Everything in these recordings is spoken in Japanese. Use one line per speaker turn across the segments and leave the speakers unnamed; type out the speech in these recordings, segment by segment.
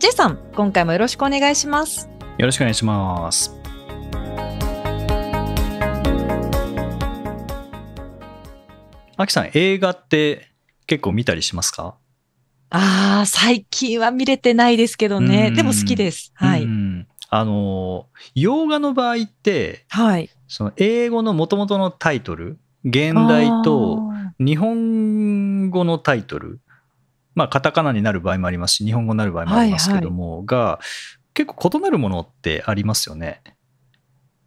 J さん、今回もよろしくお願いします。
よろしくお願いしますあきさん映画って結構見たりしますか
あー、最近は見れてないですけど
う
ね。
ん
でも好きです。は
う
い。
んあの洋画の場合って
はい。
その英語の元々のタイトル現代と
あ
日本語のタイトル、まあ、カタカナになる場合もありますし、日本語になる場合もありますけども、が、結構異なるものってありますよね。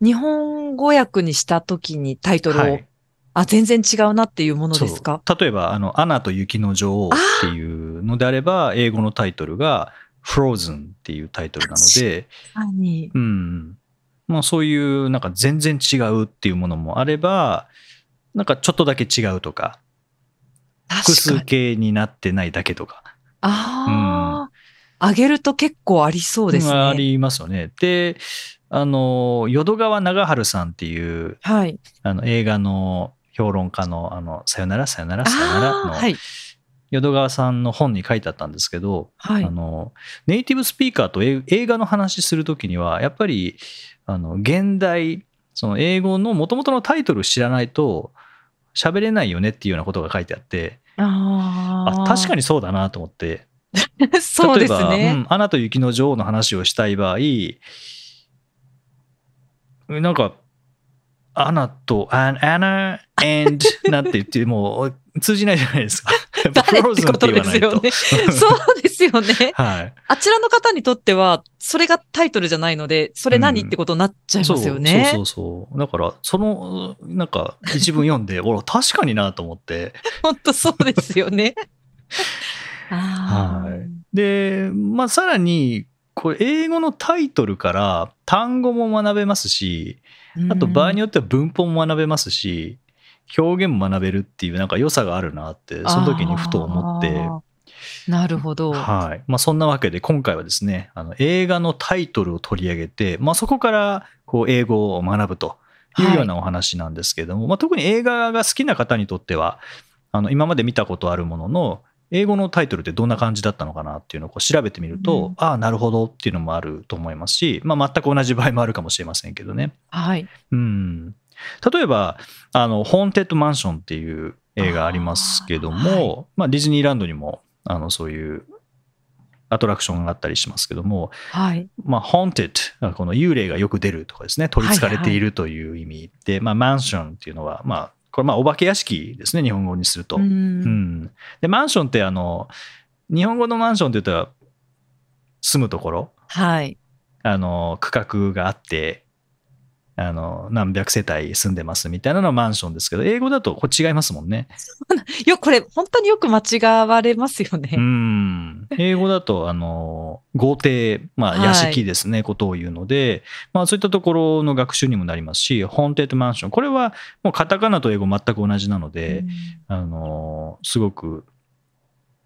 ー日本語訳にした時にタイトルを、
はい
あ、全然違うなっていうもの
そ
で
う
すか
例えば、あの、アナと雪の女王っていうのであれば、英語のタイトルが、Frozen っていうタイトルなので、
何
うん。まあ、そういう、なんか全然違うっていうものもあれば、なんかちょっとだけ違うとか、複
確か
数
に。
形になってないだけとか。
ああ、あげると結構ありそうですね。
ありますよね。で、あの、淀川長春さんっていう、
はい。
あの、映画の評論家の、あの、さよなら、さよなら、さよなら
ああ、
の、
はい。
淀川さんの本に書いてあったんですけど、
はい
あ。の、ネイティブスピーカーとえ映画の話するときには、やっぱり、あの、現代、その英語の元々のタイトル知らないと、喋れないよねっていうようなことが書いてあって、
あ
あ、確か
に。
にそうだなと思って、
そうです
例えば、う
ね。
ん、アナと雪の女王の話をしたい場合、なんか、アナと、アアナ、and なんて言って、もう通じないじゃない ですか。やっぱ
誰
frozen
ってことですよね。 そうですよね。
はい。
あちらの方にとっては、それがタイトルじゃないので、それ何ってことになっちゃいますよね。
そうそうそう。だから、その、なんか、一文読んで、おら、確かになと思って。
本当そうです よね。あー
はいで、まあ、さらに、これ、英語のタイトルから単語も学べますし、あと場合によっては文法も学べますし、表現も学べるっていうなんか良さがあるなって、その時にふと思って、
あー。なるほど。
はい。まあそんなわけで今回はですね、あの映画のタイトルを取り上げて、まあそこからこう英語を学ぶというようなお話なんですけども、まあ特に映画が好きな方にとっては、あの今まで見たことあるものの、英語のタイトルってどんな感じだったのかなっていうのをこう調べてみると、
うん
ああ、なるほどっていうのもあると思いますし、まあ全く同じ場合もあるかもしれませんけどね。
はい。
うん、例えばあの「ホーンテッドマンション」っていう映画ありますけど
あー
もまあ、ディズニーランドにもあのそういうアトラクションがあったりしますけども
はい。
「まあ、ホーンテッド」この幽霊がよく出るとかですね取りつかれているという意味で、まあ、マンションっていうのは、まあ、これまあお化け屋敷ですね日本語にすると。
う。
うんん、でマンションってあの日本語のマンションって言ったら住むところ
はい。
あの区画があってあの何百世帯住んでますみたいなのはマンションですけど英語だとこれ違いますもんね。
よ、これ、本当によく間違われますよね。
うん英語だとあの豪邸、ま
は
あ、
い
屋敷ですね、ことを言うので、まあ、そういったところの学習にもなりますしホーンテッドマンションこれはもうカタカナと英語全く同じなので、
うん
あのすごく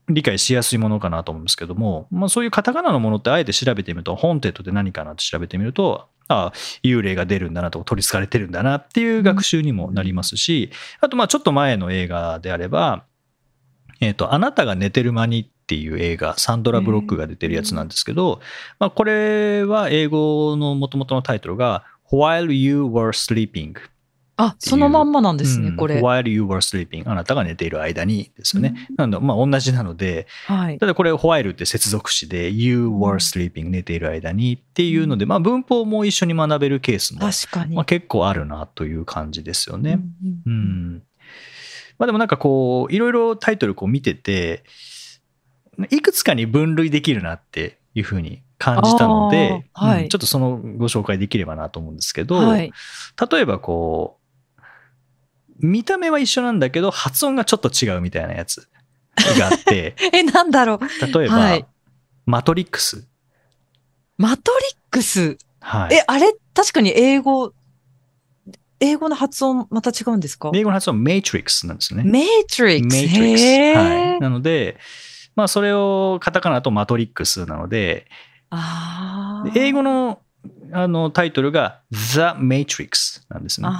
理解しやすいものかなと思うんですけども、まあ、そういうカタカナのものってあえて調べてみると、ホーンテッドって何かなって調べてみると、ああ、幽霊が出るんだなとか、取り憑かれてるんだなっていう学習にもなりますし、あと、まあちょっと前の映画であれば、えっ、と、あなたが寝てる間にっていう映画、サンドラ・ブロックが出てるやつなんですけど、まあ、これは英語の元々のタイトルが、While You Were Sleeping
あ、そのまんまなんですね、
うん
これ。
While you were sleeping あなたが寝ている間にですよね。なので、まあ、同じなので、
はい。
ただこれ、while って接続詞で、you were sleeping 寝ている間にっていうので、まあ、文法も一緒に学べるケースも、
確かに。
まあ、結構あるなという感じですよね。
う
う。
ん
ん。まあでもなんかこう、いろいろタイトルこう見てて、いくつかに分類できるなっていうふうに感じたので、
あーはい
うんちょっとそのご紹介できればなと思うんですけど、
はい。
例えばこう、見た目は一緒なんだけど、発音がちょっと違うみたいなやつがあって、
え、なんだろう。
例えば、
はい
マトリックス。
マトリックス。
はい、
え、あれ、確かに英語、英語の発音また違うんですか
英語の発音は Matrix なんですね。
メイトリックス。
Matrix
へー
はい、なので、まあ、それをカタカナだとマトリックスなので、
あ
で
ー
英語のあのタイトルが The Matrix なんですね。
あ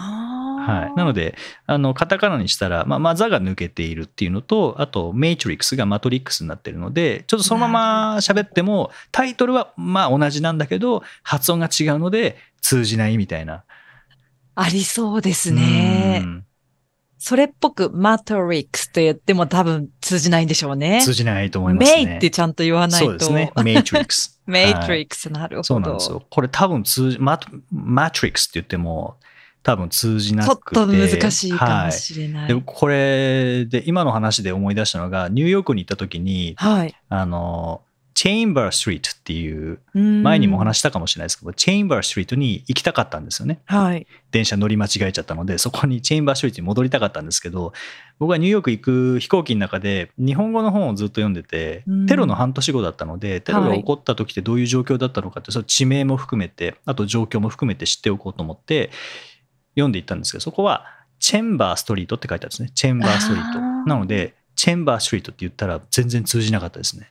はい、なの
で、
であのカタカナにしたら、まあ、まあ座が抜けているっていうのとあとメイトリックスがマトリックスになってるのでちょっとそのまま喋ってもタイトルはまあ同じなんだけど発音が違うので通じないみたいな。
ありそうですね
う。ん
それっぽくマトリックスと言っても多分通じないんでしょうね。
通じないと思いますね。
メイってちゃんと言わないと。。
そうですね。メイトリックス
メイト
はい
リックス、なるほど。
そうなんですよ。これ多分通じ、ママトリックスって言っても多分通じな
ちょっ
くて。
と難しいかも
は。
しれないい。
で
は
も
い。
これで今の話で思い出したのがニューヨークに行った時にあのチェインバーストリートっていう前
前
にもお話ししたかもしれないですけど、チェインバーストリートに行きたかったんですよね
はい。
電車乗り間違えちゃったのでそこにチェインバーストリートに戻りたかったんですけど僕はニューヨーク行く飛行機の中で日本語の本をずっと読んでて
うん
テロの半年後だったのでテロが起こった時ってどういう状況だったのかってその地名も含めてあと状況も含めて知っておこうと思って読んでいったんですけどそこはチェンバーストリートって書いてあるんですねチェンバーストリート
あー
なのでチェンバーストリートって言ったら全然通じなかったですね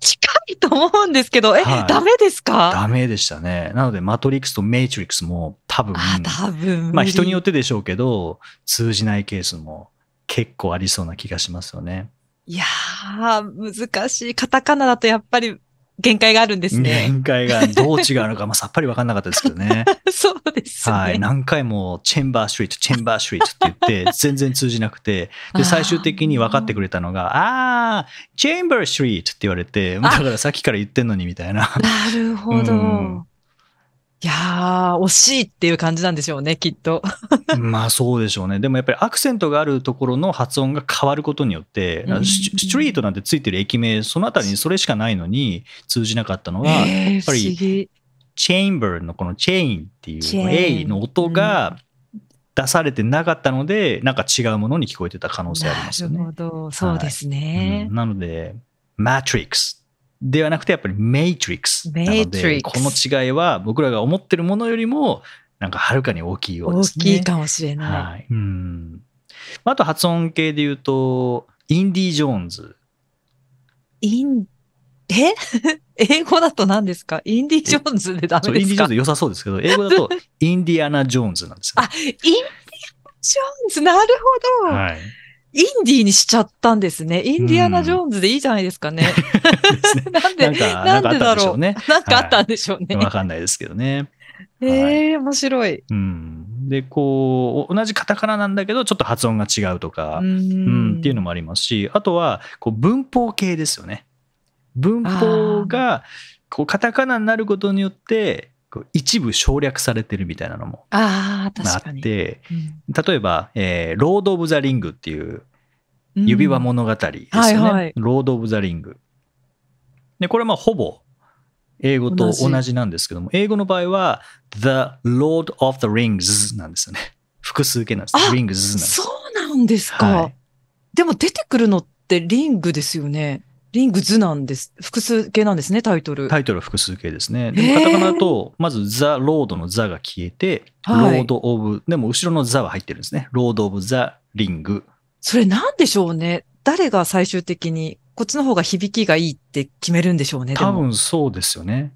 近いと思うんですけど、え、
はい
ダメですか
ダメでしたねなのでマトリックスとメイトリックスも多分
あ、多分。
まあ人によ
っ
ってでしょうけど通じないケースも結構ありそうな気がしますよね。
て。いやー、難しい。カタカナだとやっぱり限界があるんですね。
限界がどう違うのか、まあ、 さっぱり分かんなかったですけどね。
そうですね。
はい、何回もチェンバーストリート、チェンバーストリートって言 って全然通じなくて、
あー
で最終的に分かってくれたのが、ああー、チェンバーストリートって言われて、だからさっきから言ってんのにみたいな。
なるほど。
うん
いやー、惜しいっていう感じなんでしょうね、きっと。
まあそうでしょうね。でもやっぱりアクセントがあるところの発音が変わることによって、
うん
スストリートなんてついてる駅名、そのあたりにそれしかないのに通じなかったのは、
えー
ぱり
不思議。
チェインバーのこのチェインっていう
チェイン
A の音が出されてなかったので、なんか違うものに聞こえてた可能性ありますよね。
なるほど。そうですね
う。んなので、マトリックスではなくてやっぱりメイトリックスなので、
Matrix
この違いは僕らが思ってるものよりも、なんかはるかに大きいようで
大
すね。
きいかもしれない。
はい。うん。まああと発音系で言うと、インディ・ジョーンズ。
イン、え 英語だと何ですかインディ・ジョーンズでダ
そ
メ
う、
で
インディ・
す
ジョー
か
ンズ良さそうですけど、英語だ とインディアナ・ジョーンズなんですよ。
あ、インディ・ジョーンズ、なるほど、
はい。
インディにしちゃったんですね。インディアナ・ジョーンズでいいじゃないです かね。
ですね
なん
な
で、
んか、
な
なんんかあ
で
った
だ
んでし
ろ
ょ
う
う。ね。
なんかあったんでしょうね。
わかんないですけどね。
ええー、面白い。
うん。で、こう、同じカタカナなんだけど、ちょっと発音が違うとか、
う
うんん、っていうのもありますし、あとは、こう、文法系ですよね。文法が、こう、カタカナになることによって、こう一部省略されてるみたいなのも
ああ、
あ
確か
っ
に。
て、
うん
例えば、えーロード・オブ・ザ・リングっていう指輪物語ですよね。
はいはい
ロード・オブ・ザ・リング。で、これはまあほぼ英語と
同じ
同じなんですけども、英語の場合は The Lord of the Rings なんですよね。 複数形なんです。
あ
Rings なんで
うん
す。
そうなんですか、
はい
でも出てくるのってリングですよね。リングズなんです。複数形なんですね、タイトル。
タイトルは複数形ですね。
へ
で
ー
もカタカナだと、まず The Lord の The が消えて、
はい
Lord of、でも後ろの The は入ってるんですね。Lord of the Ring。
それなんでしょうね。誰が最終的に、こっちの方が響きがいいって決めるんでしょうね。でも
多分そうですよね。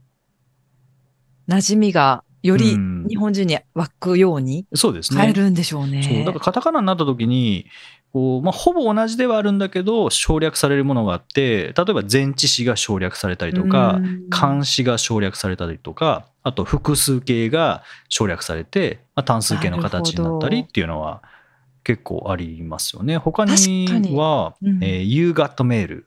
馴染みがより
うん
日本人に湧くように
そうですね。
変えるんでしょうね。
そうだからカタカナになった時にこう、まあ、ほぼ同じではあるんだけど省略されるものがあって例えば前置詞が省略されたりとか
うん
冠詞が省略されたりとかあと複数形が省略されて、まあ、単数形の形になったりっていうのは結構ありますよね。他に
確かに
は
うん
えー You Got Mail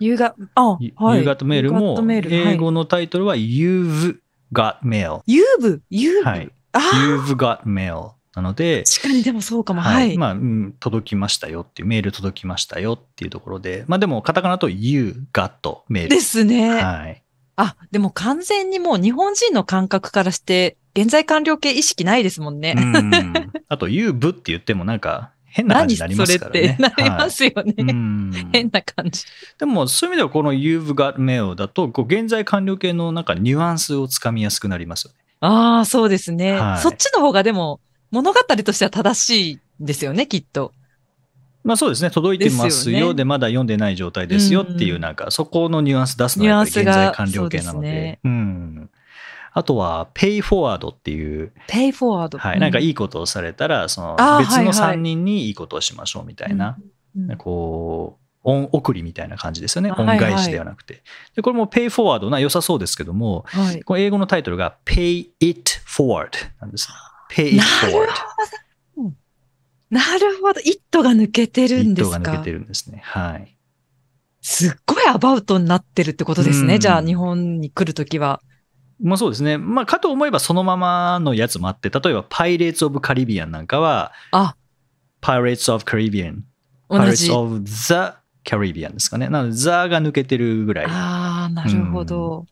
夕が、あ、
You
はい。
Got Mail も
You got mail
英
はい
語のタイトルは You've Got Mail
遊部、遊部。
はい
ああ、
You've Got Mail なので
確かにでもそうかも。はい。
まあ、うん届きましたよっていう、メール届きましたよっていうところで、まあでも、カタカナだと You got メール。
ですね、
はい。
あ、でも完全にもう日本人の感覚からして、現在完了形意識ないですもんね。
うんあと、You 部って言ってもなんか、変な感じ
何
に
そ
なりま
れ
す
っ
から
て
ね。
なりますよね。
はいうん
変な感じ。
でもそういう意味ではこの You've got mail だとこう現在完了形のなんかニュアンスをつかみやすくなりますよね。
ああ、そうですね、
はい
そっちの方がでも物語としては正しいんですよね、きっと。
まあそうですね届いてま
です
す
よ
よ
ね
でまだ読んでない状態ですよっていううんなんかそこのニュアンス出すのはやっぱり現在完了形なので
ニュアンスがそうですね
うん、あとは Pay Forward っていう、
ペイフォワード。
はい、なんか
い
いいことをされたらその
あー
別
はい
の
はい
3人にいいことをしましょうみたいな、。
うんうん
こう恩送りみたいな感じですよね
あ
恩
はいはい
返しではなくて、でこれも Pay Forward な良さそうですけども
はい。
この英語のタイトルが Pay It Forward なんです。Pay It
なる
Forward。
なるほど。イットが抜けてるんです
糸が抜け
か
て。るんですね。はい。
すっごいアバウトになってるってことですね。
うん
じゃあ、日本に来るときは。
まあそうですね。まあかと思えばそのままのやつもあって、例えば Pirates of Caribbean なんかは
あ、
Pirates of Caribbean、
同
Pirates
じ。
of the Caribbean ですかね。なので The が抜けてるぐらい。
ああ、なるほど。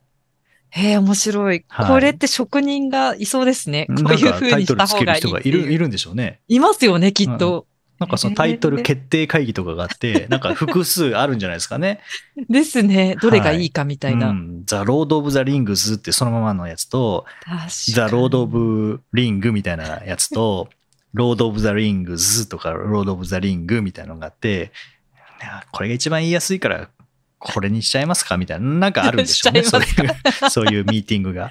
へえ、面白い。
はい
これって職人がいそうですね。こういう
なんか
風
タ
に
イトル
した
つ
方
ける
がいい
人が
って
いる
い。
いうるんでしょうね。
いますよね、きっと。
なんかそのタイトル決定会議とかがあ って、なんか複数あるんじゃないですかね。
ですね。どれがいいかみたいな。
うん、The Road of the Rings ってそのままのやつと、
確かに
ザ・ロード・オ。ブ・リングみたいなやつ と、ロード・オブ・ザ・リングズとか、ロード・オブ・ザ・リングみたいなのがあって、いやこれが一番言いやすいから、これにしちゃいますかみたいな、なんかあるんでしょうね、
しち
そ
ゃいうま
い
すか
う、そういうミーティングが。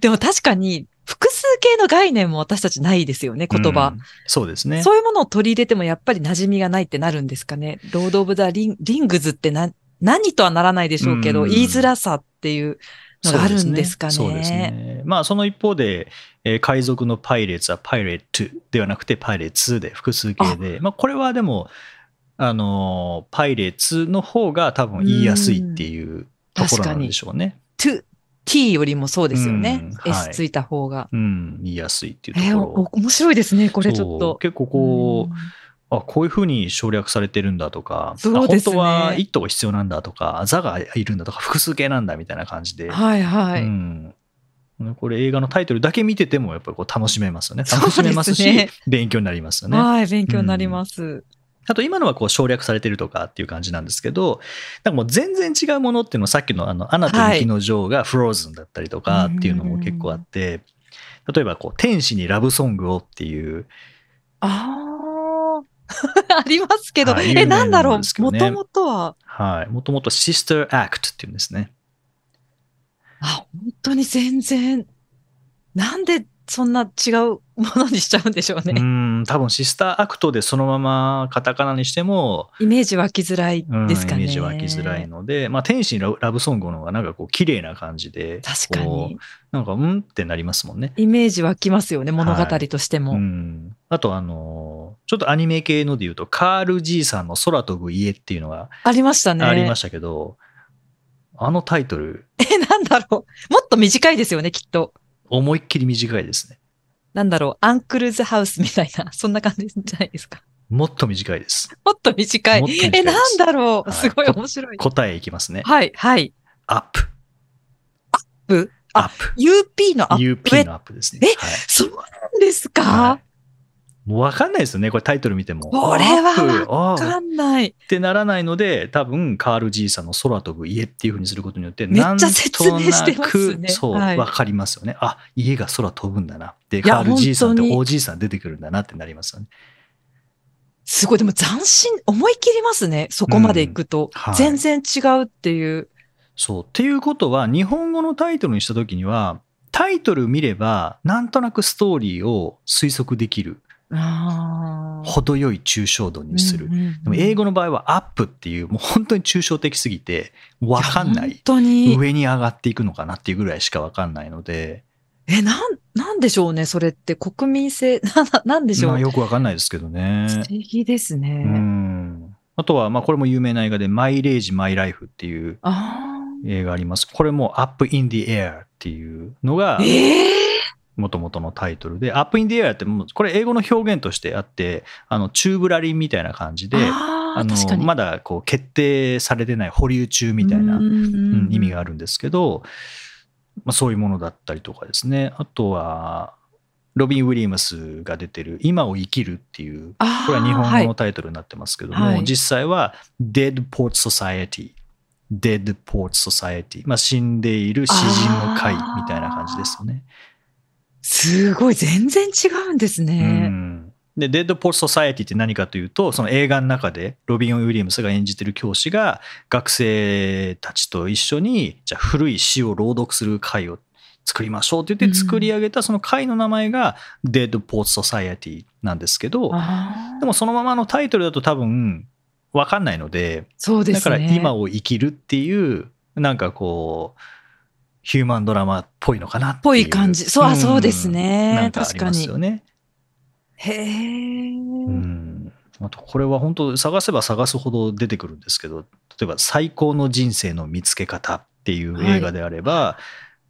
でも確かに、複数形の概念も私たちないですよね、 言
う
葉
ん。そうですね。
そういうものを取り入れてもやっぱり馴染みがないってなるんですかね。ロード・オブ・ザ・リンリングズってな何とはならないでしょうけど、
うん
言いづらさっていうのがあるんですかね。
そうですね。まあ、その一方で、えー海賊のパイレーツはパイレートではなくてパイレーツで複数形で、まあ、これはでも、あのーパイレーツの方が多分言いやすいっていうところなんでしょうね。
to t よりもそうですよね。
うんはい
s ついた方が。
うん、言いやすいっていうとこ
えー、
ろ。
お面白いですね、これちょっ
そう
と。
結構こ
う
う、
ん
あこういうふうに省略されてるんだとか、
そうですね
あ本当は「イット」が必要なんだとか「ザ」がいるんだとか複数形なんだみたいな感じで、
はいはい。
うん、これ映画のタイトルだけ見ててもやっぱりこう楽しめますよね
そうで
楽
す
し
ね
めますし勉強になりますよね。
はい、勉強になります。
あと今のはこう省略されてるとかっていう感じなんですけど、なんかもう全然違うものっていうのはさっきのあの、アナと雪の女王がフローズンだったりとかっていうのも結構あって、例えばこう、天使にラブソングをっていう、
あ あ。ありますけど、
はい
え、なんだろ
有名なもの
う
です。け
も
どね
ともとは、
はい、もともとシスターアクトっていうんですね。
あ、本当に全然、なんでそんな違うものにしちゃうんでしょう
う
ね。
ん、多分シスターアクトでそのままカタカナにしても、
イメージ湧きづらい
うん、
ですかね。
イメージ湧きづらいので、まあ天使にラブラブソングの方がなんかこう、綺麗な感じで、
確か
こ
に。
う。なんか、うんってなりますもんね。
イメージ湧きますよね、物語としても。
うん、あとあのーちょっとアニメ系ので言うとカール爺さんの「空飛ぶ家」っていうのが
ありましたね。
ありましたけど、あのタイトル
え、なんだろう。もっと短いですよね、きっと。
思いっきり短いですね
なんだろう。アンクルズハウスみたいな、 そんな感じじゃないですか。
もっと短いです
もっと短い。
もっと短いです
え、なんだろう。
はい
すごい面白い。
答えいきますね
はい、はい。
アップ
ぶ
アップ
UP のアップ。
UP のアップですね
え
はい
そうなんですか、
はいもう分かんないですよねこれタイトル見ても
これは
アップあー
わかんない。
ってならないので多分カール爺さんの空飛ぶ家っていうふうにすることによって
めっ
なん
ち
と
ゃ
な
説明してますね
くそう、
は
わ
い
かりますよねあ家が空飛ぶんだなで
いや
カール爺さんと
本当に
おじいさん出てくるんだなってなりますよね
すごい。でも斬新、思い切りますね。そこまで行くと。
はい
全然違うっていう。
そうっていうことは日本語のタイトルにした時にはタイトル見ればなんとなくストーリーを推測できる
ああ。
程よい抽象度にする、
うんうんうん
でも英語の場合はアップっていうもう本当に抽象的すぎて分かんな
本
い
当に。
上に上がっていくのかなっていうぐらいしか分かんないので
え、なん、なんでしょうね、それって。国民性、 な、ななんでしょ
ま
う。
あ、
不
よくわかんないですけどね。
思議ですね。
うんあとは、まあ、これも有名な映画で、マイレージ・マイ・ライフっていう
あ
映画あります。これも、アップ・イン・ディ・エアっていうのが
あ。、ええ
もともとのタイトルで、アップ・イン・ディ・エアって、もうこれ、英語の表現としてあって、あの、チューブラリンみたいな感じで、
ああ、
の
確かに。
まだこう決定されてない保留中みたいな
うんうんうん
うん意味があるんですけど、まあ、そういうものだったりとかですねあとはロビン・ウィリアムスが出てる「今を生きる」っていう
あー
これは日
は
本
い
語のタイトルになってますけども、
はい
実際は Dead Port Society Dead Port Society、まあ、死んでいる詩人の会
あー
みたいな感じですよね。
すごい、全然違うんです
う
ね。
ん、で Dead Port Society って何かというとその映画の中でロビン・ウィリアムスが演じてる教師が学生たちと一緒にじゃあ古い詩を朗読する会を作りましょうって言って作り上げたその会の名前が Dead Port Society なんですけど、
あ
で
ー
もそのままのタイトルだと多分分かんないので
そうで
だ
す
か
ね。
ら今を生きるっていうなんかこうヒューマンドラマっぽいのかなっ
ぽ
ていう
い感じ。そう、あ、
ん
そうです
な
ね
ん。かあ
確
り
か
ます
に。
よね。
へえ。
うんあとこれは本当探せば探すほど出てくるんですけど例えば「最高の人生の見つけ方」っていう映画であれば、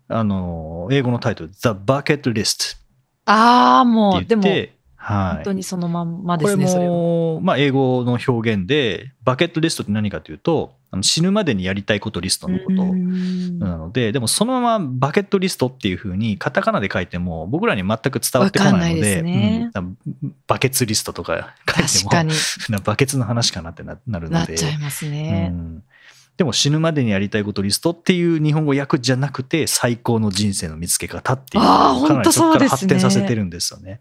あの英語のタイトル「The Bucket List
ああ、」も
っ
う、
て
で
言っ
も、
て、はい、
本当にそのまんまで
これ
すね、それは。
も、まあ、英語の表現でバケットリストって何かというとあの死ぬまでにやりたいことリストのこと
うん
なので、でもそのままバケットリストっていうふうにカタカナで書いても僕らに全く伝わってこないので
わかんないですね
うんバケツリストとか書
確
い
か
ても
に
なバケツの話かなってななる
な
の
っ
で。
ちゃいます
う
ね。
んでも死ぬまでにやりたいことリストっていう日本語訳じゃなくて最高の人生の見つけ方っていう
あー
かな
ほん
り
と
そこ
そう
か
で
ら
す
発
ね
展させてるんですよね。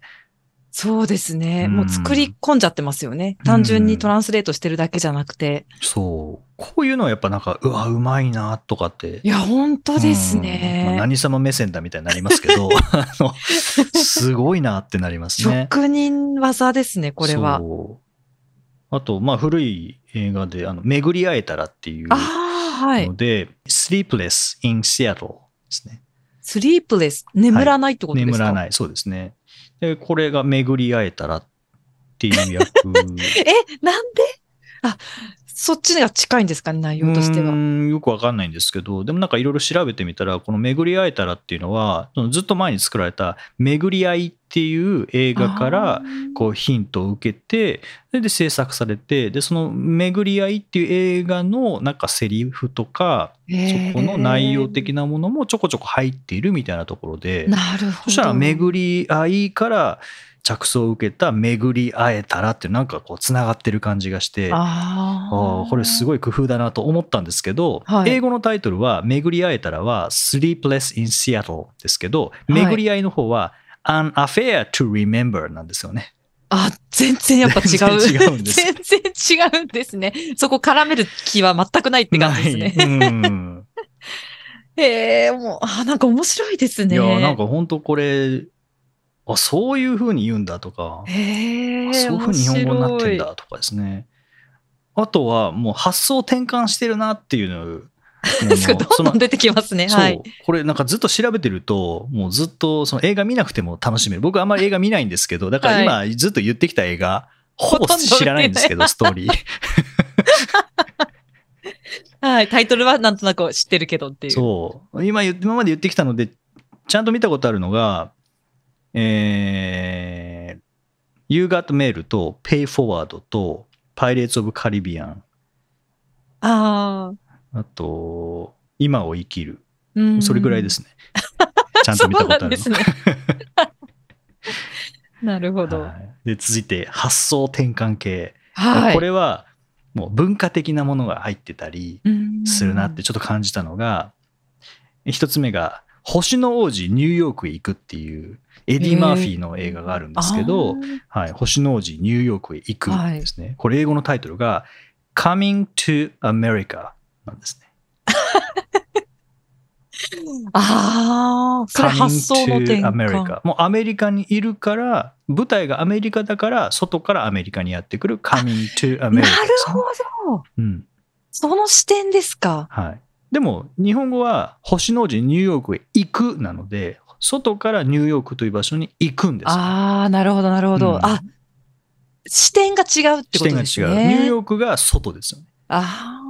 そうですね。
うん
もう作り込んじゃってますよね。単純にトランスレートしてるだけじゃなくて。
そうこういうのはやっぱなんかうわうまいなとかって
いや、本当です
うんまあ
ね。
何様目線だみたいになりますけ どあのすごいなってなりますね。
職人技ですね、これは。
そうあとまあ古い映画で「あの巡り会えたら」っていう
ああ、はい
の。で「Sleepless in Seattle」ですね。
スリープレス。眠らないってことです
眠
か、
らないそうですね。でこれが「巡り会えたら」っていう役
え、なんであ、そっちが近いんですかね、内容として
う
は。
ーんよくわかんないんですけどでもなんかいろいろ調べてみたらこの「巡り会えたら」っていうのはそのずっと前に作られた「巡り会い」っていう映画から
あー
こうヒントを受けてでで制作されてでその「巡り会い」っていう映画のなんかセリフとかそ
へー
この内容的なものもちょこちょこ入っているみたいなところで
なるほど。
そしたら「巡り会い」から着想を受けた「巡り会えたら」ってなんかこうつながってる感じがして。
あ
ああこれす
い。
ごい工夫だなと思ったんですけど、
はい
英語のタイトルは「巡り会えたら」は「Sleepless in Seattle」ですけど
い
巡り合いの方は「An Affair to Remember」なんですよね。
あ、全然やっぱ違う。
全然違うんです
全然違うんですね。そこ絡める気は全くないって感じです ね。
ない うん、
へえ、もう、あ、なんか面白いですね。
いやなんか本当これあそういうふうに言うんだとか、
へえ、
あそういうふうに日本語になってん
面白い。
だとかですね。あとはもう発想転換してるなっていうの も
そう
の
どんどん出てきますね。は
そう
い。
これなんかずっと調べてるともうずっとその映画見なくても楽しめる僕あんまり映画見ないんですけどだから今ずっと言ってきた映画、ほぼ
ほとんど見てない
知らないんですけどストーリー
はい。タイトルはなんとなく知ってるけど っていう。
そう今言今まで言ってきたのでちゃんと見たことあるのがえー「You Got Mail」と「Pay Forward」と「Pirates of Caribbean
ああ。」
あと「今を生きる
う」ん
それぐらいで。 すねちゃんと見たことあるの
そうなんですね。 なるほど。
はいで続いて発想転換系、
はい。
これはもう文化的なものが入ってたり
うん
するなって。ちょっと感じたのが、一つ目が「星の王子ニューヨークへ行く」っていうエデ
へ
ィ・
ー
マーフィーの映画があるんですけど「はい、星の王子ニューヨークへ行く」ですね、これ英語のタイトルが「Coming to America」なんですね。
あーあー、それ発想の転
Coming to
換。
America もうアメリカにいるから舞台がアメリカだから外からアメリカにやってくる Coming to America
なる
ですね
ほど。
うん
その視点ですか。
はい、でも日本語は星の王子ニューヨークへ行くなので外からニューヨークという場所に行くんですよ
ああ、なるほど、なるほ
う
ど。
ん
あ、視点が違うって
視
こと
点が
ですね。
違う、ニューヨークが外ですよね
ああ。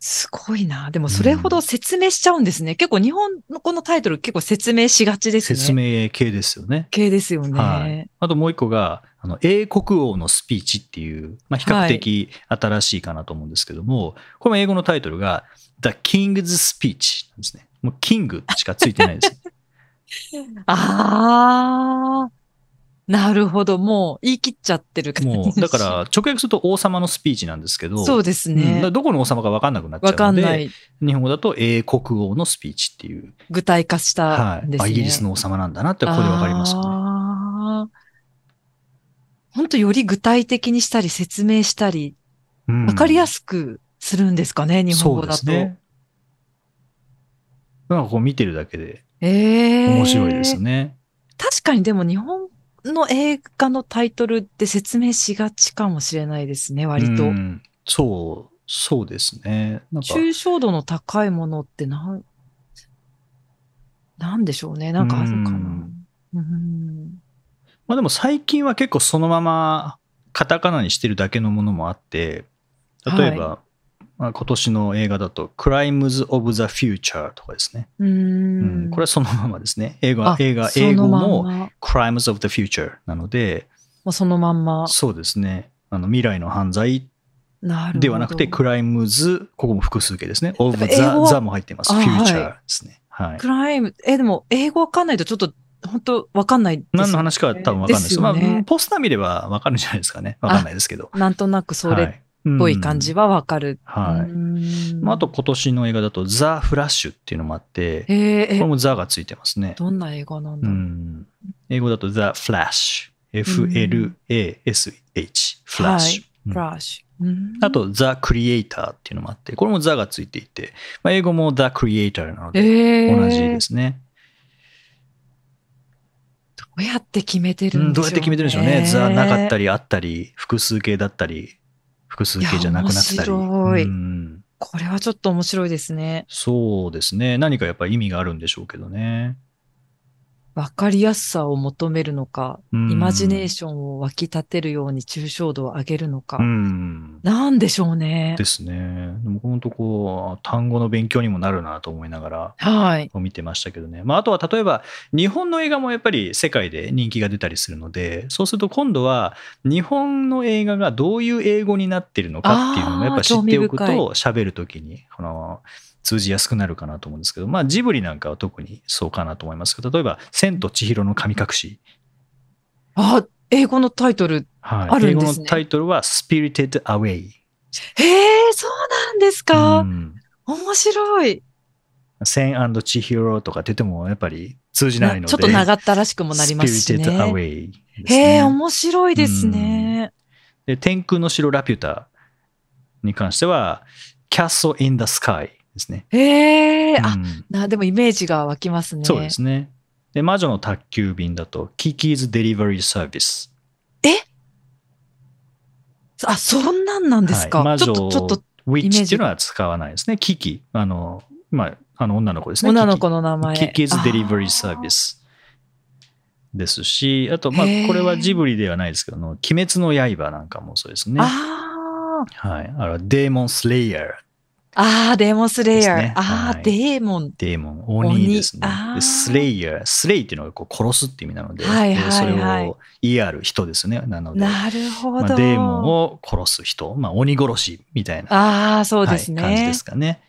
すごいな。でもそれほど説明しちゃうんですね。結構日本のこのタイトル結構説明しがちですね。
説明系ですよね
系ですよね。
はあともう一個があの英国王のスピーチっていう、まあ、比較的新しいかなと思うんですけども、これも英語のタ イトルが The King's Speech なんですねもうキングしかついてないです
ああ、なるほど。もう言い切っちゃってる感じ
もう、だから、直訳すると王様のスピーチなんですけど、
そうです
うんだか
ね
ら。どこの王様か分かんなくなっち
わ
ゃ
か
うんの
な
で、
い。
日本語だと英国王のスピーチっていう、
具体化した
は
ん
い
です
あ
ね。
イギリスの王様なんだなって、ここで分かりますよね。
あーほんとより具体的にしたり説明したり、わかりや
い
すくするんですかね、日本語だと。
そうですね。なんかこう見てるだけで
ええ
面白いですね。
確かにでも日本の映画のタイトルって説明しがちかもしれないですね、割と。
うんそう、そうですね。なんか
抽象度の高いものってなん、なんでしょうね。なんかあるかな。うん
まあでも最近は結構そのままカタカナにしてるだけのものもあって、例えば、まあ今年の映画だと、Crimes of the Future とかですね。
う
うん
ん。
これはそのままですね。映
あ
画、映画、
そ
英語
のまん
も
ま。
Crimes of the Future なので、
もうそのまんま。
そうですね。あの未来の犯罪
なるほど。
ではなくて、クライムズ、ここも複数形ですね。オブ・
英語
ザ・
は
ザも入ってます。
あ
フューチャ
は
ーですね。はい。
クライム、え、でも、英語わかんないとちょっと、本当わかんないです。
何の話かは多分わかんないです
です
ま
よ
あ、
ね
うんポスター見ればわかるんじゃないですかね。わかんないですけど。
なんとなくそれっ
っ
ぽい感じはわかる。
はい。
い
まあ、あと、今年の映画だと、ザ・フラッシュっていうのもあって、
え
こ
ー、
れ
え、
もザがついてますね。
どんな映画なんだ
う
ろう。
ん英語だと The Flash。F-L-A-S-H。フラッシュ。うん
フラッシュ。うん
あ、と The Creator っていうのもあって、これも The がついていて、まあ、英語も The Creator なの
え
で、
ー、
同じですね。
どうやって決めてる
うん
んでし
ど
ょうね。
うやって決めてるんでしょうね。ザなかったりあったり、複数形だったり、複数形じゃなくなってたり。
いや面白い
うん
これはちょっと面白いですね。
そうですね。何かやっぱり意味があるんでしょうけどね。
わかりやすさを求めるのか、
イ
イマジネーションを湧き立てるように抽象度を上げるのか。
うん。
なんでしょうね
で。すね。でも本当こう、単語の勉強にもなるなと思いながら。
はい。
見てましたけどね、まあ、あとは例えば日本の映画もやっぱり世界で人気が出たりするのでそうすると今度は日本の映画がどういう英語になってるのかっていうのをやっぱ知っておくと
あー興
喋る時にこの通じやすくなるかなと思うんですけど、まあ、ジブリなんかは特にそうかなと思いますけど例えば「千と千尋の神隠し」
あ、英語のタイトル。
はい
ある
英
ん
語
ですね
のタイトルは「Spirited Away
へえ、そうなんです」か。
うん
面白い。
千千尋」とかって言ってもやっぱり通じないの
な
で
ちょっと長ったらしくもなりますし
Spirited Away
ね。
ですね
へえ、面白いですね。
で天空の城ラピュタに関しては、Castle in the Sky ですね。
へえ、あ、
うん
な、でもイメージが湧きますね。
そうですね。で、魔女の宅急便だと、Kiki's Delivery Service。
あ、そんなんなんですか。
はい魔
ちょ
女
っと、ちょっと、
Witch って
ジ
いう
が
のは使わないですね。Kiki。あの、まあ、あの女の子ですね。
女の子の名前。
Kiki- Kiki's
あー
Delivery Service。ですし、あと、まあ
へー、
これはジブリではないですけど、あの鬼滅の刃なんかもそうですね。
あー
はい。あの、デーモンスレイヤー。
あー、デーモンスレイヤー。
ですね
ああ、
はい
デーモン。
デーモン、
鬼
鬼ですね
あ。ー
でスレイヤー、スレイっていうのがこう殺すって意味なので、
はいはいはい
でそれを ER、人ですね。なので、
なるほ
ま
ど。
あ、デーモンを殺す人、まあ、鬼殺しみたいな、
ああ、そうですね。
はい感じですかね。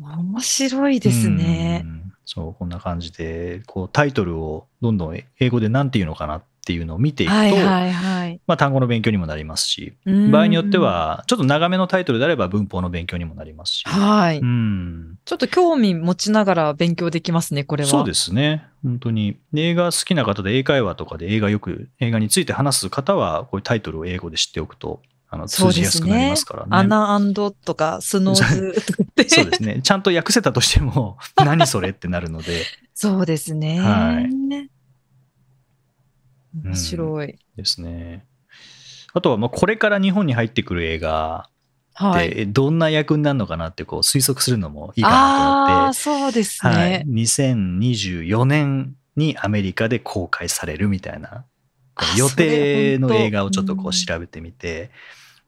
面白いですね
う。ん。そう、こんな感じで、こうタイトルをどんどん英語でなんていうのかなっていうのを見ていくと、
はいはいはい。
まあ、単語の勉強にもなりますし、
うん
場合によって、は、ちょっと長めのタイトルであれば文法の勉強にもなりますし。
はい、
うん
ちょっと興味持ちながら勉強できますね、これは。。
そうですすね。本当に。で映画好きな方で英会話とかで映画よく、映画について話す方は、こういうタイトルを英語で知っておくと、あの
そう
通
です
じやすく
ね
なりますからね。
アナとか、スノーズとかっ て。
そうです ね。ちゃんと訳せたとしても、 何それってなるので、
そうですね。
はい
面白い。
ですね。あとは、まあこれから日本に入ってくる映画で、
はい。
えどんな役になるのかなってこう推測するのもいいか
ああ
な
ー、そうです
と思って、はい
ね。、
2024年にアメリカで公開されるみたいな
あ
予定の映画をちょっと
それ
こ
本当うん
う調べてみて、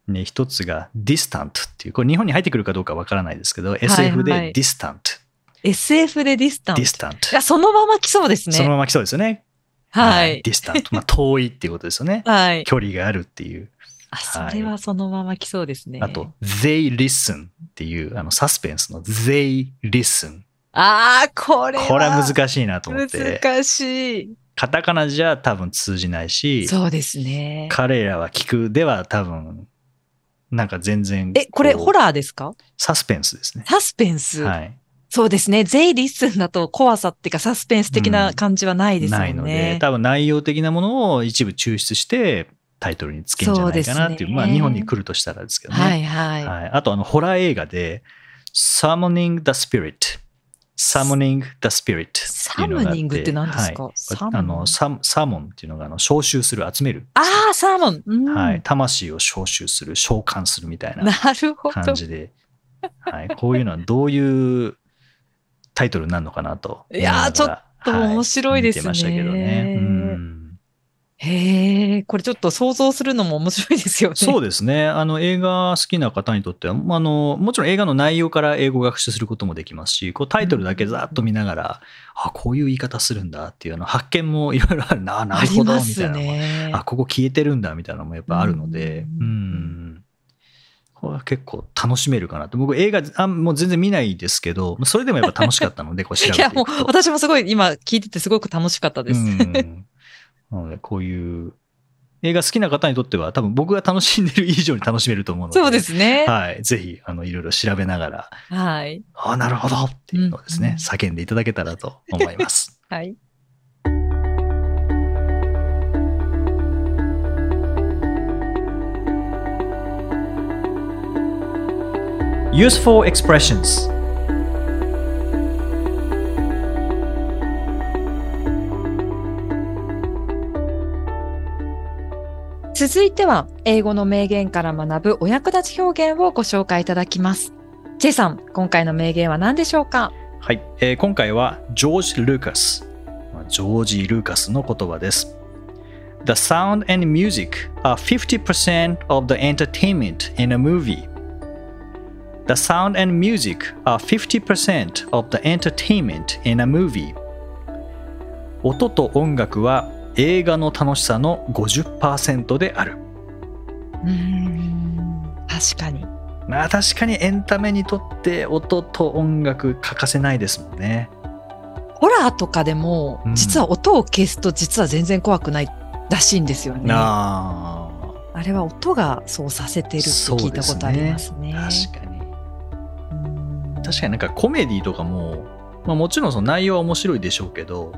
ね、一つが Distant っていう、これ日本に入ってくるかどうかわからないですけど、SF
はい
で Distant、
SF でディスタンス。い
Distant、
や、そのまま来そうで
そ
す
の
ね。
まま来そうですよね。
はい。。
Distant、まあ遠いっていうことですよね
はい。
距離があるっていう。
あ、
はい
それはそのまま来そうですね。
あと、They Listen っていう、あの、サスペンスの They Listen
ああ、これは。
これは難しいなと思って。
難しい。
カタカナじゃ多分通じないし、
そうですね。
彼らは聞くでは多分、なんか全然。
え、これ、ホ
ラ
ラーですか
サスペンスですね。
サスペンス、
はい。
そうですね。ゼイリスンだと怖さっていうかサスペンス的な感じはないですもんね。
ないので、多分内容的なものを一部抽出して、タイトルにつけるんじゃないかなって
そう
い
で
う、
すね
まあ日本に来るとしたらですけどね。
はいはい。
はい、あとあのホラー映画で「Summoning the Spirit」「Summoning the Spirit」って
サ
いうの
ム
があ
ニングって何ですか、
はい
サ
あ
ム
のサムサモンっていうのがあの召集する集める、
ああ、サーモン、うん
はい、魂を召集する召喚するみたいな
なるほど
感。じで、はい、こういうのはどういうタイトルになるのかなと思ながら
いやーちょっと面白いですね
は見てましたけどね、うん
へえ、これちょっと想像するのも面白いですよね。
そうですねあの映画好きな方にとってはまああのもちろん映画の内容から英語学習することもできますしこうタイトルだけざっと見ながら、あこういう言い方するんだっていうあの発見もいろいろあるなあな
あ
る
り
ほど
ま
みた
す
いなのも、
ね。
あここ消えてるんだみたいなのもやっぱあるので
う
うんんこれは結構楽しめるかなって僕映画あもう全然見ないですけどそれでもやっぱ楽しかったのでこう調べ
い
てい
や、
くと
もう私もすごい今聞いててすごく楽しかったです。
うん、なのでこういう映画好きな方にとっては多分僕が楽しんでる以上に楽しめると思うので
そうですね。は
はい、ぜひあのいろいろ調べながら
い。はい。
ああなるほどっていうのをですね、
うんうん
叫んでいただけたらと思います。Useful expressions
続いては、英語の名言から学ぶお役立ち表現をご紹介いただきます。ジェイさん、今回の名言は何でしょうか
はい、えー今回はジョージ・ルーカスまあジョージ・ルーカスの言葉です。The sound and music are 50% of the entertainment in a movie. The sound and music are 50% of the entertainment in a movie. 音と音楽は映画の楽しさの50%である。
うん。確かに。
まあ確かにエンタメにとって音と音楽欠かせないですもんね。
ホラーとかでも、
うん
実は音を消すと実は全然怖くないらしいんですよね。あ
なあ。
れは音がそうさせてるって聞いたことありますね。
確かに
うん
確かになんかコメディとかも、まあ、もちろんその内容は面白いでしょうけど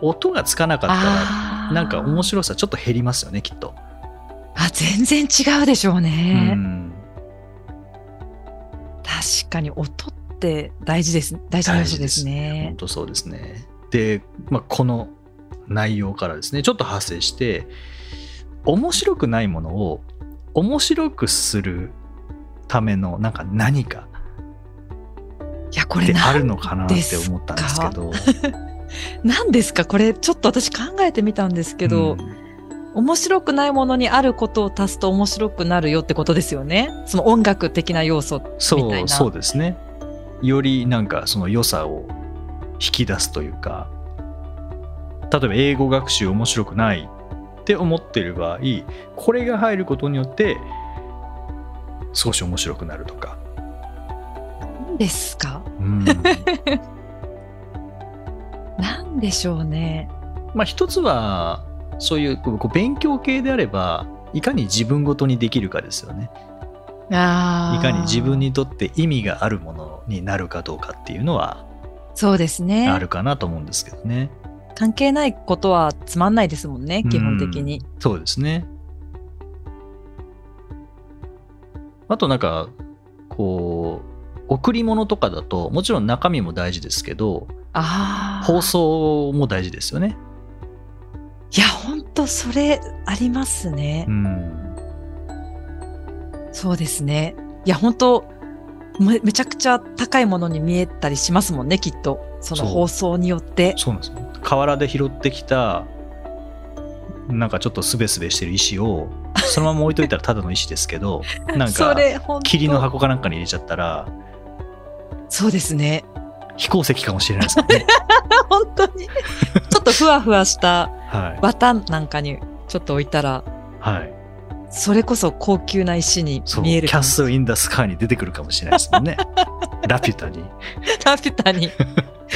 音がつかなかった
あ
ら
ー
なんか面白さちょっと減りますよねきっと、
あ、全然違うでしょうね。
うん
確かに音って大事です。大事な要素ですね
本。当そうですねで、まあ、この内容からですねちょっと派生して面白くないものを面白くするためのなんか何か
いや、こ
って
れ
あ
な、
るのかなって思ったんですけど
なんですかこれ、ちょっと私考えてみたんですけ
う
ど、
ん
面白くないものにあることを足すと面白くなるよってことですよね。その音楽的な要素みたい
そう
な
そうですねよりなんかその良さを引き出すというか例えば英語学習面白くないって思ってる場合これが入ることによって少し面白くなるとか、
なんですか
うん、
なんでしょうね。
まあ一つはそういうこうこう勉強系であればいかに自分ごとにできるかですよね
あ
い
ー
かに自分にとって意味があるものになるかどうかっていうのは
そうですね
あるかなと思うんですけどね。
関係ないことはつまんないですもんね基本的に、
そうですね。あとなんかこう贈り物とかだともちろん中身も大事ですけど
ああ
放送も大事ですよね。
いや本当それありますね
う、ん、
そうですねいや本当めめちゃくちゃ高いものに見えたりしますもんねきっとその
そう
放送によって
そうなんですよ。河原で拾ってきたなんかちょっとすべすべしてる石をそのまま置いといたらただの石ですけ どなん
そ
か
れ本当
霧の箱かなんかに入れちゃったら
そうですね
飛行石かもしれないですよね。
本当にちょっとふわふわした
はい、
綿なんかにちょっと置いたら
はい、
それこそ高級な石に
そう
見える
キャッスル・イン・ダ・スカーに出てくるかもしれないですもんね。ラピュタに。
ラピュ タに。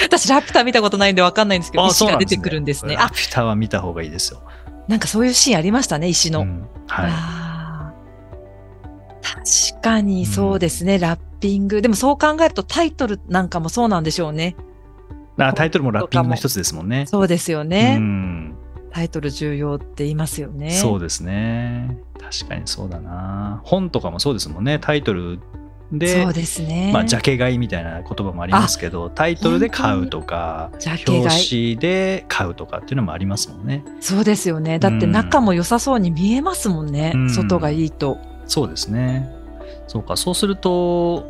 私、ラピュタ見たことないんでわかんないんですけど、石が出てくるんですね。
ラ
あ、
ピュタは見た方がいいですよ。
なんかそういうシーンありましたね、石の。
うんはい。
あー確かにそうですね、ラッピング。でもそう考えるとタイトルなんかもそうなんでしょうね。
あタイトルもラッピングの一つですもんね。
そうですよ
う
ね。
ん
タイトル重要って言いますよね。
そうですね。確かにそうだな。本とかもそうですもんね。タイトルで、
そうですね。
まあ、ジャケ買いみたいな言葉もありますけど、タイトルで買うとか、
ジャケ
表
買い。
紙で買うとかっていうのもありますもんね。
そうですよね。だって中も良さそうに見えますもんね。
うん
外がいいと。
そうですね。そうか、そうすると、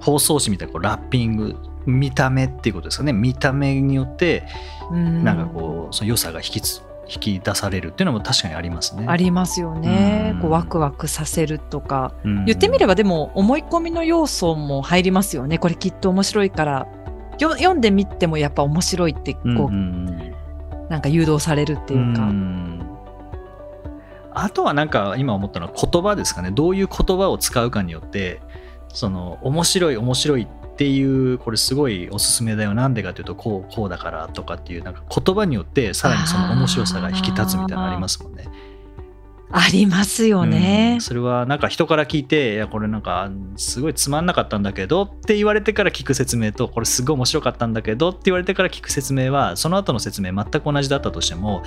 包装紙みたいなこうラッピング、見た目っていうことですかね。見た目によって、
うん
なんかこう、その良さが引きつ引き出されるっていうのも確かにありますね。
ありますよね
う。ん
こうワクワクさせるとか。
うん
言ってみればでも思い込みの要素も入りますよね。これきっと面白いから。よ読んでみてもやっぱ面白いってこう、
うんうんうん
なんか誘導されるっていうか。
んあとはなんか今思ったのは言葉ですかねどういう言葉を使うかによってその面白い面白いっていうこれすごいおすすめだよなんでかというとこうこうだからとかっていうなんか言葉によってさらにその面白さが引き立つみたいなのありますもんね。
ありますよね
うん。それはなんか人から聞いて「いやこれなんかすごいつまんなかったんだけど」って言われてから聞く説明と「これすごい面白かったんだけど」って言われてから聞く説明はその後の説明全く同じだったとしても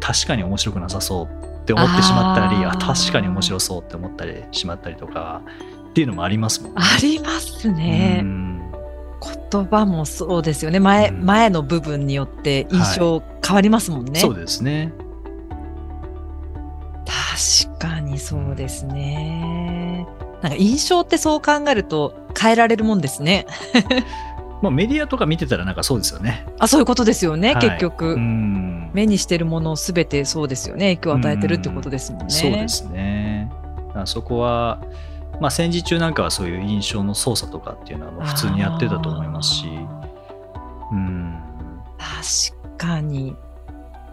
確かに面白くなさそうって思ってしまったり
あ
あ
ー
確かに面白そうって思ったりしまったりとかっていうのもありますもんね。
ありますね、
うん
言葉もそうですよね。前、
うん
前の部分によって印象変わりますもんね。
そうですね。
確かにそうですね。なんか印象ってそう考えると変えられるもんですね。
まあ、メディアとか見てたらなんかそうですよね。
あ、そういうことですよね、
はい
結局。
うん
目にしてるものすべてそうですよね。影響を与えてるってことですもんね。
そうで。すね。だからそこは、まあ、戦時中なんかはそういう印象の操作とかっていうのはもう普通にやってたと思いますし、うん、
確かに。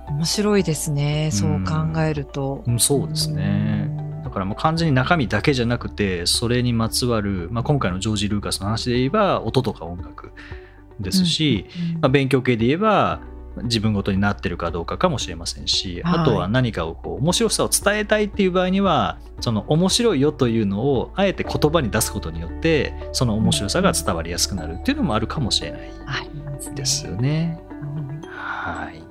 面白いですね。そう考えると。
うんそうですね。だからもう完全に中身だけじゃなくて、それにまつわる、まあ、今回のジョージ・ルーカスの話で言えば、音とか音楽ですし、
うん。
まあ、勉強系で言えば、自分ごとになってるかどうかかもしれませんし、
はい
あとは何かをこう面白さを伝えたいっていう場合にはその面白いよというのをあえて言葉に出すことによってその面白さが伝わりやすくなるっていうのもあるかもしれない
ありますね
ですよね。
うん
はい、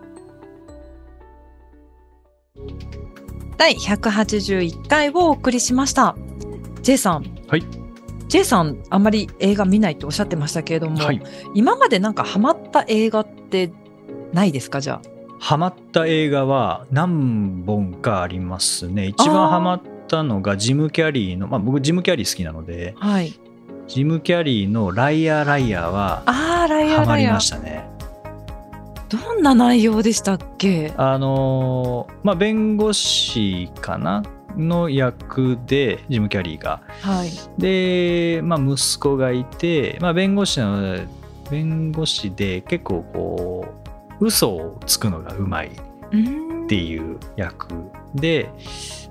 第181回をお送りしました。J さん。
はい。
J さん、あんまり映画見ないとおっしゃってましたけれども、
はい、
今までなんかハマった映画ってないですかじゃ
ハマった映画は何本かありますね。一番ハマったのがジム・キャリーの、まあ、僕ジム・キャリー好きなので
あ。はい。
ジム・キャリーの「ライアー・ライアー」は
あー、ライア
ハ
ー
マ
ラ
り
イア
ま
ー
し。たね。
どんな内容でしたっけ
あのーまあ、弁護士かなの役でジム・キャリーが
はい。
で、まあ、息子がいて、まあ、弁護士の弁護士で結構こう嘘をつくのがうまいっ
うーん
ていう役で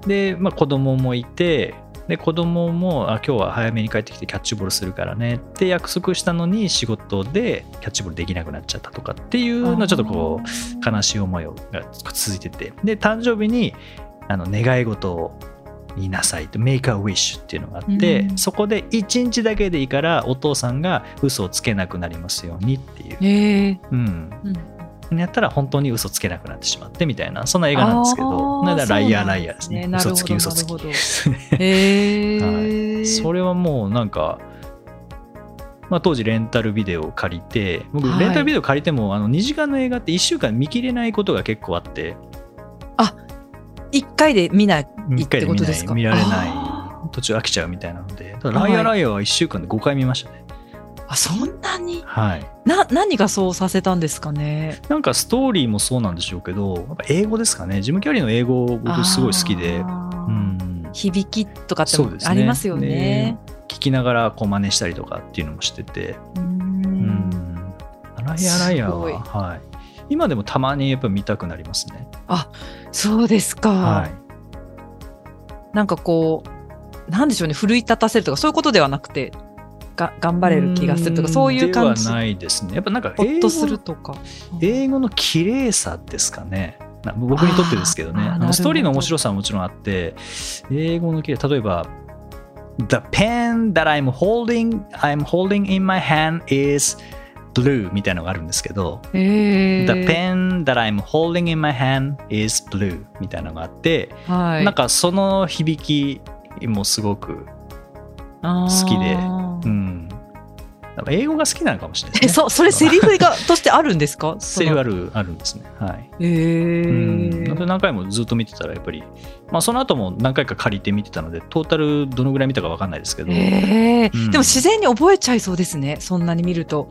で、まあ、子供もいてで子供もあ今日は早めに帰ってきてキャッチボールするからねって約束したのに仕事でキャッチボールできなくなっちゃったとかっていうのはちょっとこう
う
悲しい思いが続いててで誕生日にあの願い事を言いなさいと「メイクアウィッシュ」っていうのがあって、
うん
そこで1日だけでいいからお父さんが嘘をつけなくなりますようにっていう、
ええ
うん、
うん
やったら本当に嘘つけなくなってしまってみたいなそんな映画なんですけど
あー
なんだライアーラ
そうなん
イアー
で
ですす
ね
ね
なる
嘘
ほど
つき嘘つ
なるほど
き
え え
それはもうなんかまあ、当時レンタルビデオを借りて僕
はい
レンタルビデオ借りても、あの2時間の映画って1週間見切れないことが結構あって
一回で見ない。
一回で見
ってこと
な
です
い
か
見られ
あ
ない途中飽きちゃうみたいなのでただライアーライアーは1週間で5回見ましたね
あ、そんなに
はい
な、何がそうさせたんですかね
なんかストーリーもそうなんでしょうけどやっぱ英語ですかねジム・キャリーの英語僕すごい好きで
あー
うん
響きとかって
そう
も
ですね
ありますよね。
聞きながらこう真似したりとかっていうのもしてて
うー
うん
ん
ライアーライアー
すごい
ははい今でもたまにやっぱ見たくなりますね
そうですか、
はい
なんかこうなんでしょうね奮い立たせるとかそういうことではなくてが頑張れる気がするとかそういう感じ
ではないですねやっぱなんか
ほ
英
っ
語
とする
の
とか
英語の綺麗さですかねな僕にとってですけどね
あー
あ
なるほど
のストーリーの面白さはもちろんあって英語の綺麗例えば The pen that I'm holding I'm holding in my hand is blue みたいなのがあるんですけど、
ええ
The pen that I'm holding in my hand is blue みたいなのがあって、
はい
なんかその響きもすごく、好きで
あ
う
ー
ん、なんか英語が好きなのかもしれない
え
ですね。
そそれセリフ がとしてあるんですか
セリフあるあるんですね。はい
ええ
うん、本当に何回もずっと見てたらやっぱり、まあ、その後も何回か借りて見てたのでトータルどのぐらい見たか分かんないですけど、
ええ
うん
でも自然に覚えちゃいそうですねそんなに見ると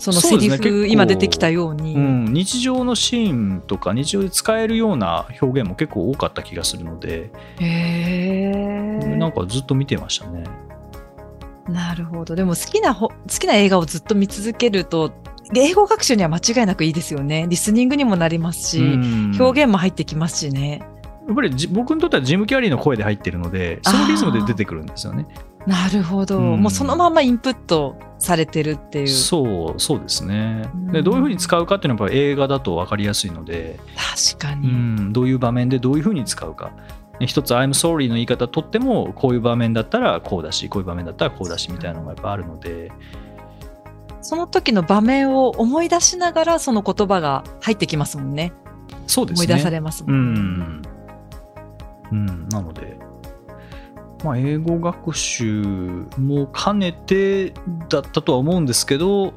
その
そ
セ
うで
リ
すね
フ、
結構
今出てきたように、
うん、日常のシーンとか日常で使えるような表現も結構多かった気がするので、
へえ
なんかずっと見てましたね。
なるほどでも好きなほ好きな映画をずっと見続けると英語学習には間違いなくいいですよねリスニングにもなりますし、
うん
表現も入ってきますしね
やっぱりじ僕にとってはジム・キャリーの声で入ってるのでそのリズムで出てくるんですよね。
なるほど、
うん
もうそのままインプットされてるっていう
そうそうですね
うん
でどういうふうに使うかっていうのはやっぱ映画だと分かりやすいので、
確か
う
に、
ん、どういう場面でどういうふうに使うかね一つ「I'm sorry」の言い方とってもこういう場面だったらこうだしこういう場面だったらこうだしみたいなのがやっぱあるので
その時の場面を思い出しながらその言葉が入ってきますもんね
そうです
思
ね
い出されますも
うん
ね、
ん、うん、なので、まあ、英語学習も兼ねてだったとは思うんですけど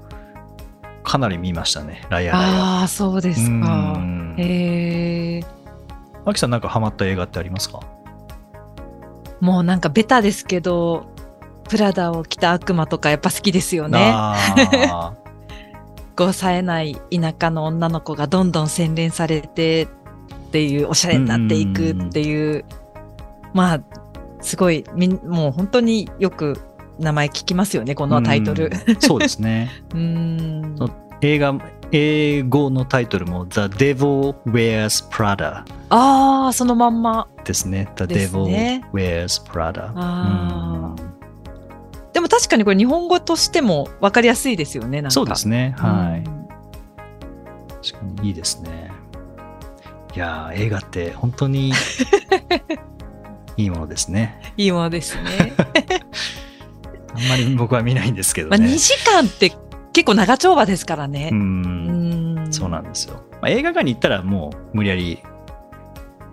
かなり見ましたね「ライアーライアー」
ああそうですか
うん
へえ
あきさんなんかハマった映画ってありますか
もうなんかベタですけどプラダを着た悪魔とかやっぱ好きですよね
あー
こさえない田舎の女の子がどんどん洗練されてっていうおしゃれになっていくっていうまあすごいみんもう本当によく名前聞きますよね このタイトル
うんそうですね。
うん
そう映画、英語のタイトルも The Devil Wears Prada
ああそのまんま
ですね。The
ですね
Devil Wears Prada。
あでも確かにこれ日本語としても分かりやすいですよね
う
なん
ん
か
そうですね。はい。
うん
確かにいいですね。いやー映画って本当 にいいものですね。
いいものですね。
あんまり僕は見ないんですけど
まあ、
ね。
2時間って結構長丁場ですから
う、
ね。うんーん
そうなんですよ。まあ、映画館に行ったらもう無理やり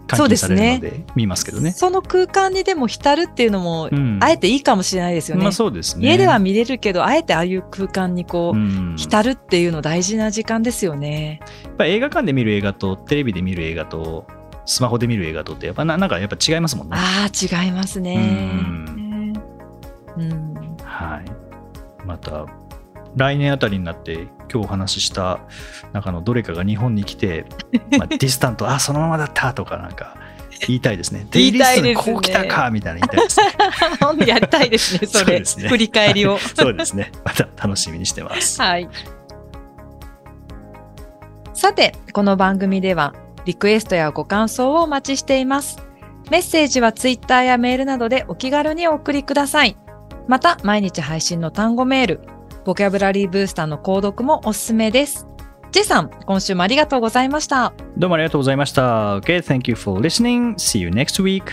監禁されるので見ますけどね。
その空間にでも浸るっていうのも、
うん
あえていいかもしれないですよね。
まあそうですね。
家では見れるけど、あえてああいう空間にこう、
うん
浸るっていうの大事な時間ですよね。
やっぱ映画館で見る映画とテレビで見る映画とスマホで見る映画とってやっぱななんかやっぱ違いますもんね。
ああ、違いますね。
う
うん
はい、また来年あたりになって今日お話しした中のどれかが日本に来て、 まあ、ディスタントあそのままだったとかなんか言いたいですね。デ
言
イ
い
リー
た
スト
いですね
にこう来たかみたいな言いたいですね。
やりたいですね、そ
そう
れ。
ですね
振り返りを。
そうですね。また楽しみにしてます。
はい。さて、この番組では、リクエストやご感想をお待ちしています。メッセージはツイッターやメールなどでお気軽にお送りください。また、毎日配信の単語メール、ボキャブラリーブースターの購読もおすすめです。ジェさん、今週もありがとうございました。
どうもありがとうございました。Okay, thank you for listening. See you next week.